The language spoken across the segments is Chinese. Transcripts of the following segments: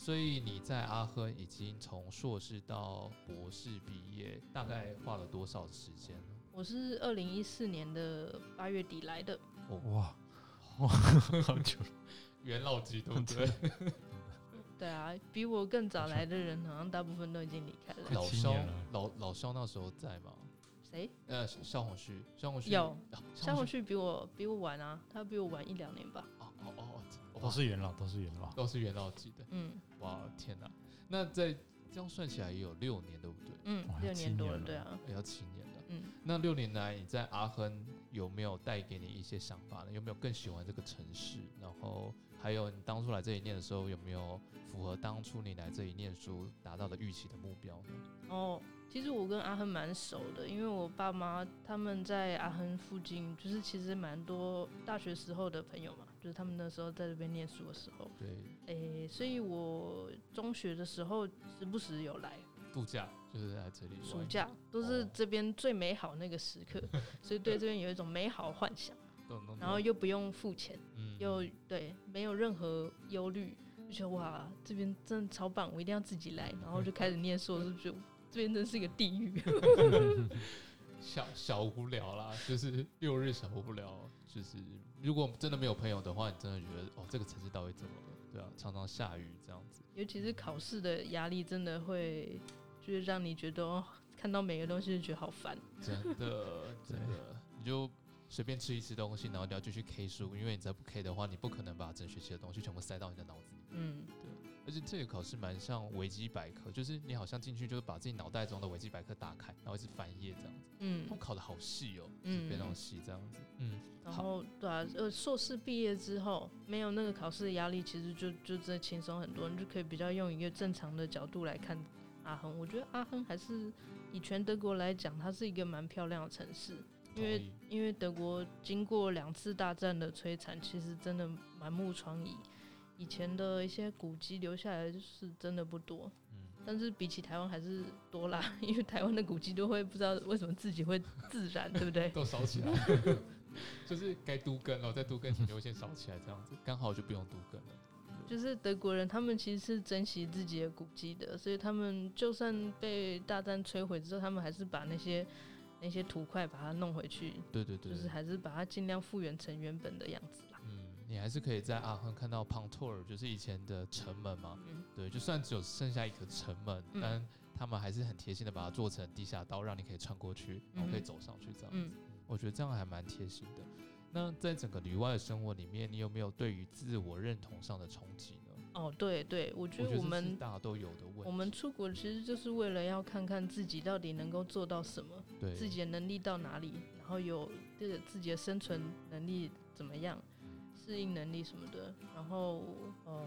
所以你在阿亨已经从硕士到博士毕业，大概花了多少时间呢？我是二零一四年的八月底来的，哇，哦 好久了，元老级 对不对？对啊，比我更早来的人好像大部分都已经离开了。老快七肖年了老老肖那时候在吗？谁？呃，萧红旭，萧红旭有，啊夏红旭比我比我晚啊，他比我晚一两年吧。哦哦哦哦，都哇是元老，都是元老。都是元老级的，嗯哇天哪！那在这样算起来也有六年，对不对？嗯哇，六年多了，七年了对啊，也要七年了。嗯。那六年来，你在阿亨有没有带给你一些想法呢？有没有更喜欢这个城市？然后还有你当初来这里念的时候，有没有符合当初你来这里念书达到的预期的目标呢？哦，其实我跟阿亨蛮熟的，因为我爸妈他们在阿亨附近，就是其实蛮多大学时候的朋友嘛，就是他们那时候在这边念书的时候，对，诶、所以我中学的时候时不时有来，度假就是在这里玩暑假都是这边最美好那个时刻，所以对这边有一种美好幻想，懂，懂然后又不用付钱，嗯又对没有任何忧虑，就觉得哇，这边真的超棒，我一定要自己来，然后就开始念硕士，就这边真是个地狱。小小无聊啦，就是六日小无聊，就是如果真的没有朋友的话，你真的觉得哦，这个城市到底怎么了？对啊，常常下雨这样子，尤其是考试的压力，真的会就是让你觉得、哦、看到每个东西就觉得好烦。真 的真的，你就随便吃一吃东西，然后你要继续 K 书，因为你再不 K 的话，你不可能把整学期的东西全部塞到你的脑子里。嗯，而且这个考试蛮像维基百科，就是你好像进去就是把自己脑袋中的维基百科打开，然后一直翻页这样子。嗯他们，考的好细哦、嗯就是非常细这样子。嗯，然后对啊，呃，硕士毕业之后没有那个考试的压力，其实就就真的轻松很多，你就可以比较用一个正常的角度来看阿亨。我觉得阿亨还是以全德国来讲，它是一个蛮漂亮的城市，因为同意因为德国经过两次大战的摧残，其实真的满目疮痍。以前的一些古迹留下来就是真的不多，嗯但是比起台湾还是多啦，因为台湾的古迹都会不知道为什么自己会自燃，对不对？都烧起来， 就是该都根了，在都根前就先烧起来，这样子刚好就不用都根了。就是德国人，他们其实是珍惜自己的古迹的，所以他们就算被大战摧毁之后，他们还是把那些那些土块把它弄回去，对对对，就是还是把它尽量复原成原本的样子啦。嗯，你还是可以在阿亨看到 Pontor，就是以前的城门嘛。嗯对，就算只有剩下一个城门，嗯但他们还是很贴心的把它做成地下道，让你可以穿过去，然后可以嗯哼走上去这样子。嗯，我觉得这样还蛮贴心的。那在整个旅外的生活里面，你有没有对于自我认同上的冲击呢？哦，对对，我觉我觉得得我这是们大家都有的问题，我们出国其实就是为了要看看自己到底能够做到什么，对自己的能力到哪里，然后有这个自己的生存能力怎么样，适应能力什么的，然后呃，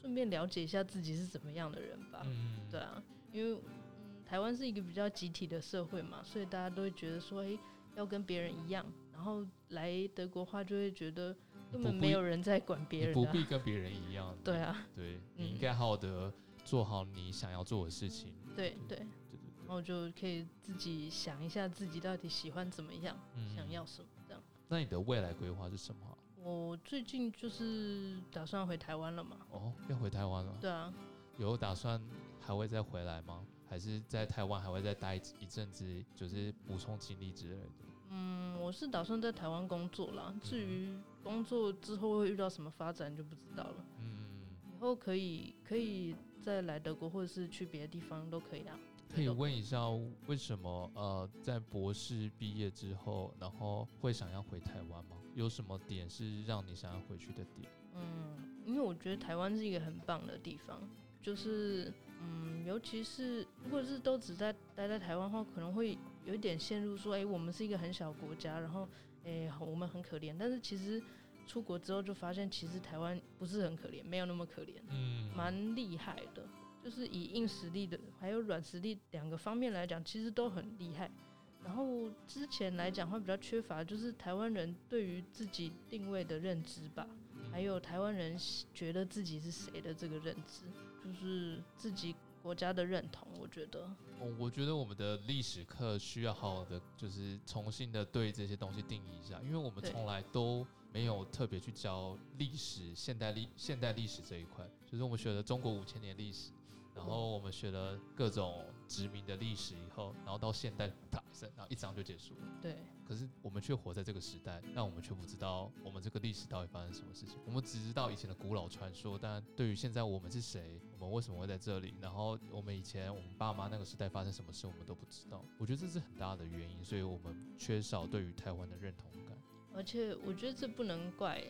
顺便了解一下自己是怎么样的人吧。嗯对啊，因为、嗯、台湾是一个比较集体的社会嘛，所以大家都会觉得说，哎、要跟别人一样。然后来德国话就会觉得根本不没必有人在管别你人不的啊、必跟别人一样。对啊，对，嗯你应该好好的做好你想要做的事情。对对对对，对，然后就可以自己想一下自己到底喜欢怎么样，嗯想要什么这样。那你的未来规划是什么啊？我最近就是打算回台湾了嘛，哦，要回台湾了，对啊，有打算还会再回来吗？还是在台湾还会再待一阵子，就是补充精力之类的？嗯，我是打算在台湾工作啦。至于工作之后会遇到什么发展就不知道了。嗯，以后可以可以再来德国，或者是去别的地方都可以啊。可以问一下为什么呃，在博士毕业之后，然后会想要回台湾吗？有什么点是让你想要回去的点？嗯，因为我觉得台湾是一个很棒的地方，就是嗯，尤其是如果是都只在待在台湾的话，可能会有一点陷入说，哎、我们是一个很小国家，然后哎、我们很可怜。但是其实出国之后就发现，其实台湾不是很可怜，没有那么可怜，嗯蛮厉害的。就是以硬实力的还有软实力两个方面来讲，其实都很厉害。然后之前来讲会比较缺乏，就是台湾人对于自己定位的认知吧。还有台湾人觉得自己是谁的这个认知，就是自己国家的认同。我觉得，我哦我觉得我们的历史课需要好好的，就是重新的对这些东西定义一下，因为我们对从来都没有特别去教历史、现代历、现代历史这一块，就是我们学了中国五千年历史，然后我们学了各种殖民的历史以后，然后到现代，啪一声，然后一章就结束了。对，可是我们却活在这个时代，但我们却不知道我们这个历史到底发生什么事情。我们只知道以前的古老传说，但对于现在我们是谁，我们为什么会在这里，然后我们以前我们爸妈那个时代发生什么事，我们都不知道。我觉得这是很大的原因，所以我们缺少对于台湾的认同感。而且我觉得这不能怪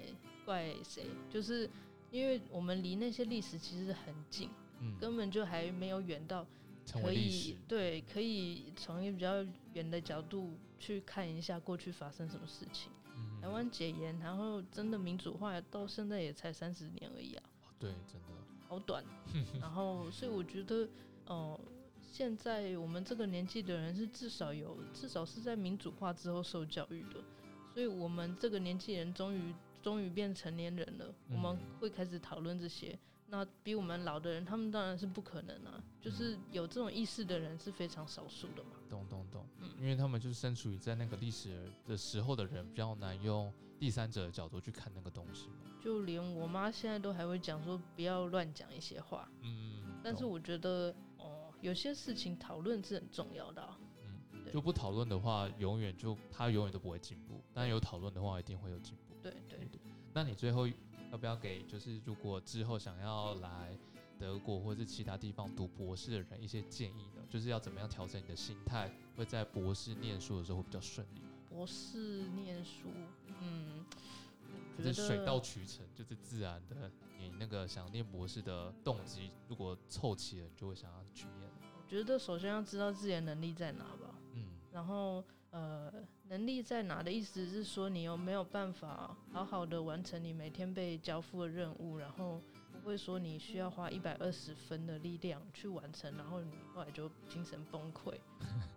怪谁，就是因为我们离那些历史其实很近，嗯，根本就还没有远到成可为历以史。对，可以从一个比较远的角度去看一下过去发生什么事情。嗯台湾解严，然后真的民主化到现在也才三十年而已啊，对，真的，好 短。然后，所以我觉得，哦、现在我们这个年纪的人是至少有，至少是在民主化之后受教育的，所以我们这个年纪人终于终于变成年人了，我们嗯会开始讨论这些。那比我们老的人，他们当然是不可能啊，嗯就是有这种意识的人是非常少数的嘛。懂懂懂嗯，因为他们就是身处于在那个历史的时候的人，比较难用第三者的角度去看那个东西嘛。就连我妈现在都还会讲说不要乱讲一些话，嗯，但是懂我觉得，哦、有些事情讨论是很重要的、啊。对就不讨论的话，永远就他永远都不会进步。但有讨论的话，一定会有进步。对对，那你最后要不要给，就是如果之后想要来德国或是其他地方读博士的人一些建议呢？就是要怎么样调整你的心态，会在博士念书的时候会比较顺利，博士念书，嗯，我就是觉水到得渠成，就是自然的。你那个想念博士的动机，如果凑齐了，你就会想要去念了。我觉得首先要知道自己的能力在哪吧。嗯，然后，呃，能力在哪的意思是说你有没有办法好好的完成你每天被交付的任务，然后不会说你需要花一百二十分的力量去完成，然后你后来就精神崩溃，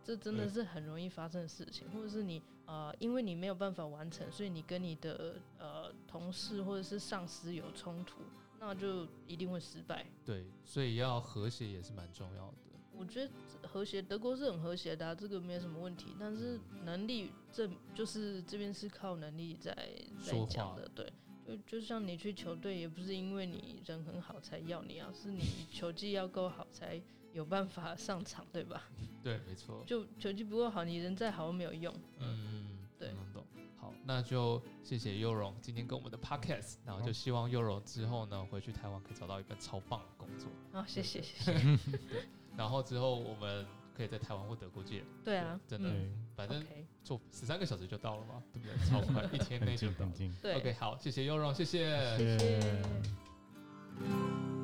这真的是很容易发生的事情，或者是你呃，因为你没有办法完成，所以你跟你的呃同事或者是上司有冲突，那就一定会失败。对，所以要和谐也是蛮重要的。我觉得和谐，德国是很和谐的、啊，这个没有什么问题。但是嗯能力这就是这边是靠能力在在说话讲的，对。就就像你去球队，也不是因为你人很好才要你啊， 是你球技要够好才有办法上场，对吧？对，没错。就球技不够好，你人再好没有用。嗯，对懂懂。好，那就谢谢优荣今天跟我们的 podcast，然后就好希望优荣之后呢，回去台湾可以找到一份超棒的工作，好，谢谢对谢谢。然后之后我们可以在台湾或德国见。对啊，真的，对反嗯正 OK，坐十三个小时就到了嘛，对不 对？超快，一天内很就近到很了。近。对 OK，好，谢谢优荣，谢谢谢谢谢谢